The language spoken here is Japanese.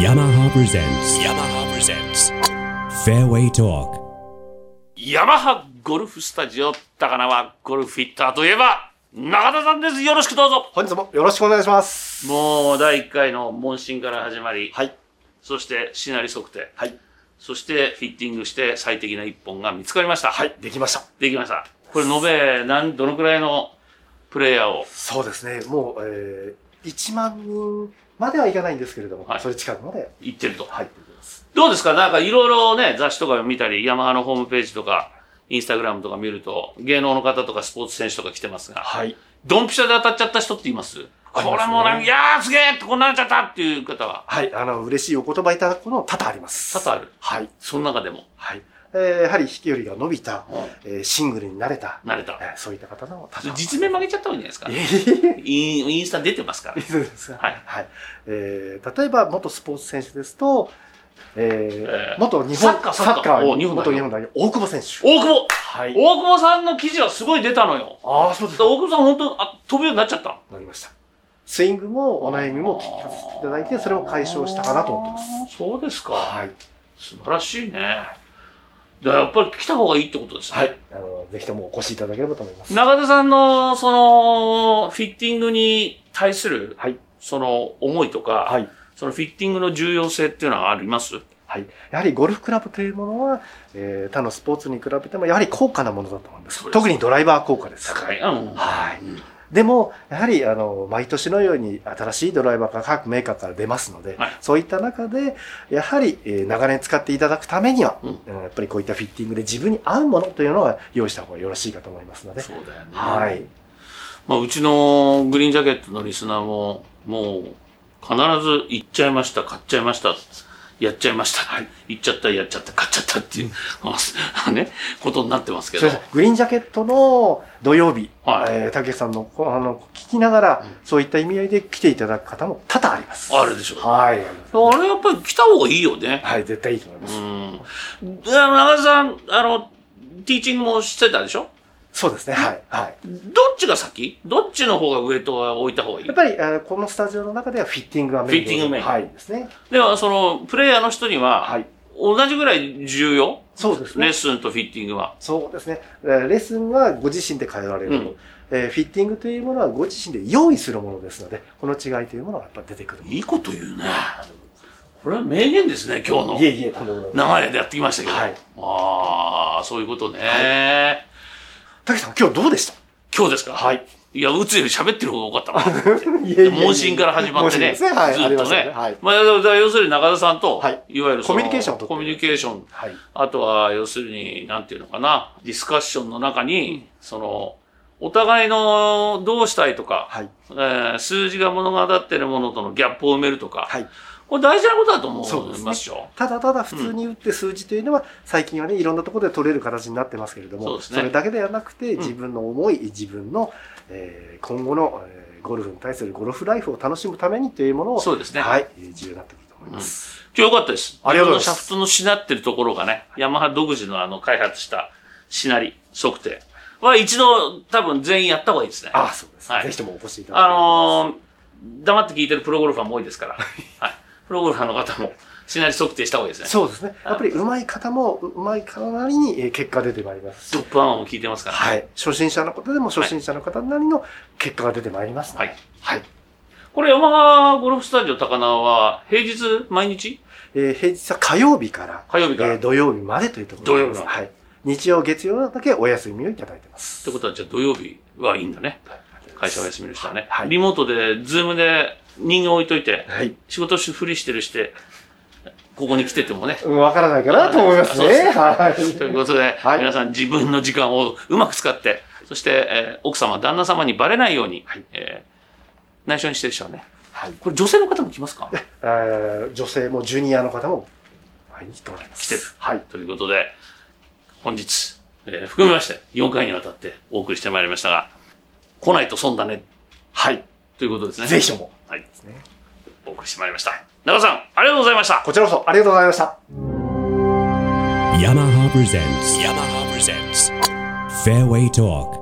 yamaha presents yamaha presents fairway talk ヤマハゴルフスタジオ高輪ゴルフィッターといえば中田さんですよろしくどうぞ本日もよろしくお願いします。もう第1回の問診から始まり、はい。そしてシナリ測定はい。そしてフィッティングして最適な1本が見つかりましたはい。できました。できましたこれ延べ何どのくらいのプレイヤーをそうですね。もう、えー、1万人まではいかないんですけれども、はいそれ近くまで言ってると入っています。どうですかなんかいろいろね雑誌とか見たりヤマハのホームページとかインスタグラムとか見ると芸能の方とかスポーツ選手とか来てますがはい。ドンピシャで当たっちゃった人っていますますねこれもなんか、いやーすげえってこんなんなっちゃったっていう方ははい。あの、嬉しいお言葉いただくことも多々あります。多々ある。はい。その中でも、はい。えー、やはり飛距離が伸びた、えー、シングルになれた、慣れたえ。ーそういった方の多々実名曲げちゃった方がいいんじゃないですか。インインスタ出てますから。そうですかはいはい。えー、例えば、元スポーツ選手ですと、えーえー元日本サッカーサッカーお日本代表元日本代表、大久保選手。大久保は大。い久保さんの記事はすごい出たのよ。ああ、そうですか大久保さん本当あ飛ぶようになっちゃった。なりました。スイングもお悩みも聞かせていただいて、それも解消したかなと思ってます。す。そうですか。はい。素晴らしいね。だからやっぱり来た方がいいってことですね。はい。あの、ぜひともお越しいただければと思います。中田さんの、その、フィッティングに対する、はい。その、思いとか、はい。そのフィッティングの重要性っていうのはありますはい。やはりゴルフクラブというものは、えー他のスポーツに比べても、やはり高価なものだと思うんでそうす。です特にドライバー効果です。高い。うん。はいうん。でも、やはり、あの、毎年のように新しいドライバーが各メーカーから出ますので、はいそういった中で、やはり、えー長年使っていただくためには、うんうんやっぱりこういったフィッティングで自分に合うものというのは用意した方がよろしいかと思いますので、そうだよね。はい。まあ、うちのグリーンジャケットのリスナーも、もう、必ず行っちゃいました、買っちゃいました、やっちゃいました、行っちゃった、やっちゃった、買っちゃったっていう、あ ね、ことになってますけそどうで。すグリーンジャケットの土曜日、はいえーたけしさんのこあの聞きながら、うんそういった意味合いで来ていただく方も多々あります。あるでしょう。はあい。れやっぱり来た方がいいよね。はい、絶対いいと思いまうす。ん。であの、中田さん、あの、ティーチングもしてたでしょそうですね、はい。はい。どっちが先どっちの方が上とは置いた方がいいやっぱり、えーこのスタジオの中ではフィッティングがメインフで。ィッティングメインはい、ですね。では、その、プレイヤーの人にはは、い。同じぐらい重要そうですレッね。スンとフィッティングは。そうですね。えーレッスンはご自身で通われるうんと。えーフィッティングというものはご自身で用意するものですので、この違いというものがやっぱ出てくる。いいこと言うね。これは名言ですね、今日の。いえいえ、とんでもない。長い間やってきましたけど。はいああ、そういうことね。たけしさん、今日どうでした今日ですかはい。いや、打つより喋ってる方が多かったな。 いえいえいえ問診から始まってね。問診ですねはい、ずあっりまとしたね。ね。はい。まあ、だから要するに中田さんと、はいいわゆるそのコミュニケーションを取ってコミュニケーション。はい。あとは、要するに、なんていうのかな、ディスカッションの中に、その、お互いのどうしたいとか、はい。えー数字が物語ってるものとのギャップを埋めるとか、はい。これ大事なことだとそう思でいすねますよ。ただただ普通に打って数字というのは、最近はね、いろんなところで取れる形になってますけれどそうも、ですそねれだけではなくて、ん自分の思い、自分の、えー今後の、えーゴルフに対するゴルフライフを楽しむためにというものを、そうですねはい、えー重要になってくると思います。今日よかったです。ありがとうございます自分のシャフトのしなってるところがね、ヤマハ独自のあの開発したしなり測定は一度多分全員やった方がいいですね。ああ、そうです、はいぜひともお越しいただきあのー黙って聞いてるプロゴルファーも多いです から、はい。プロゴルファーの方もしなり測定した方がいいですね。そうですね。やっぱり上手い方も、上手い方なりにえー結果が出てまいりますしトップアンも聞いてますから。はい。初心者のことでも初心者の方なりの結果が出てまいりますので、はいはい。これヤマハゴルフスタジオ高輪は平日毎日えー平日は火曜日から、火曜日から。えーっ土曜日までというところになります土曜日はい。日曜、月曜だけお休みをいただいてます。てことはじゃあ土曜日はいいんだね。会社お休みの人はね。はいリモートで、ズームで人形置いといて、はい。仕事しふりしてるして、ここに来ててもね。うんわからないかなと思いますそうですね。はい。ということで、はい皆さん自分の時間をうまく使って、そして、えー奥様、旦那様にバレないように、えー内緒にしてる人はね。はいこれ女性の方も来ますかえー女性もジュニアの方も、毎日とられます。来てるはい。ということで、本日、えー含めまして4回にわたってお送りしてまいりましたが、来ないと損だね、はい。ということですね。ぜひとも。はいね。お送りしてまいりました。長さん、ありがとうございました。こちらこそありがとうございました。 yamaha presents yamaha presents fairway talk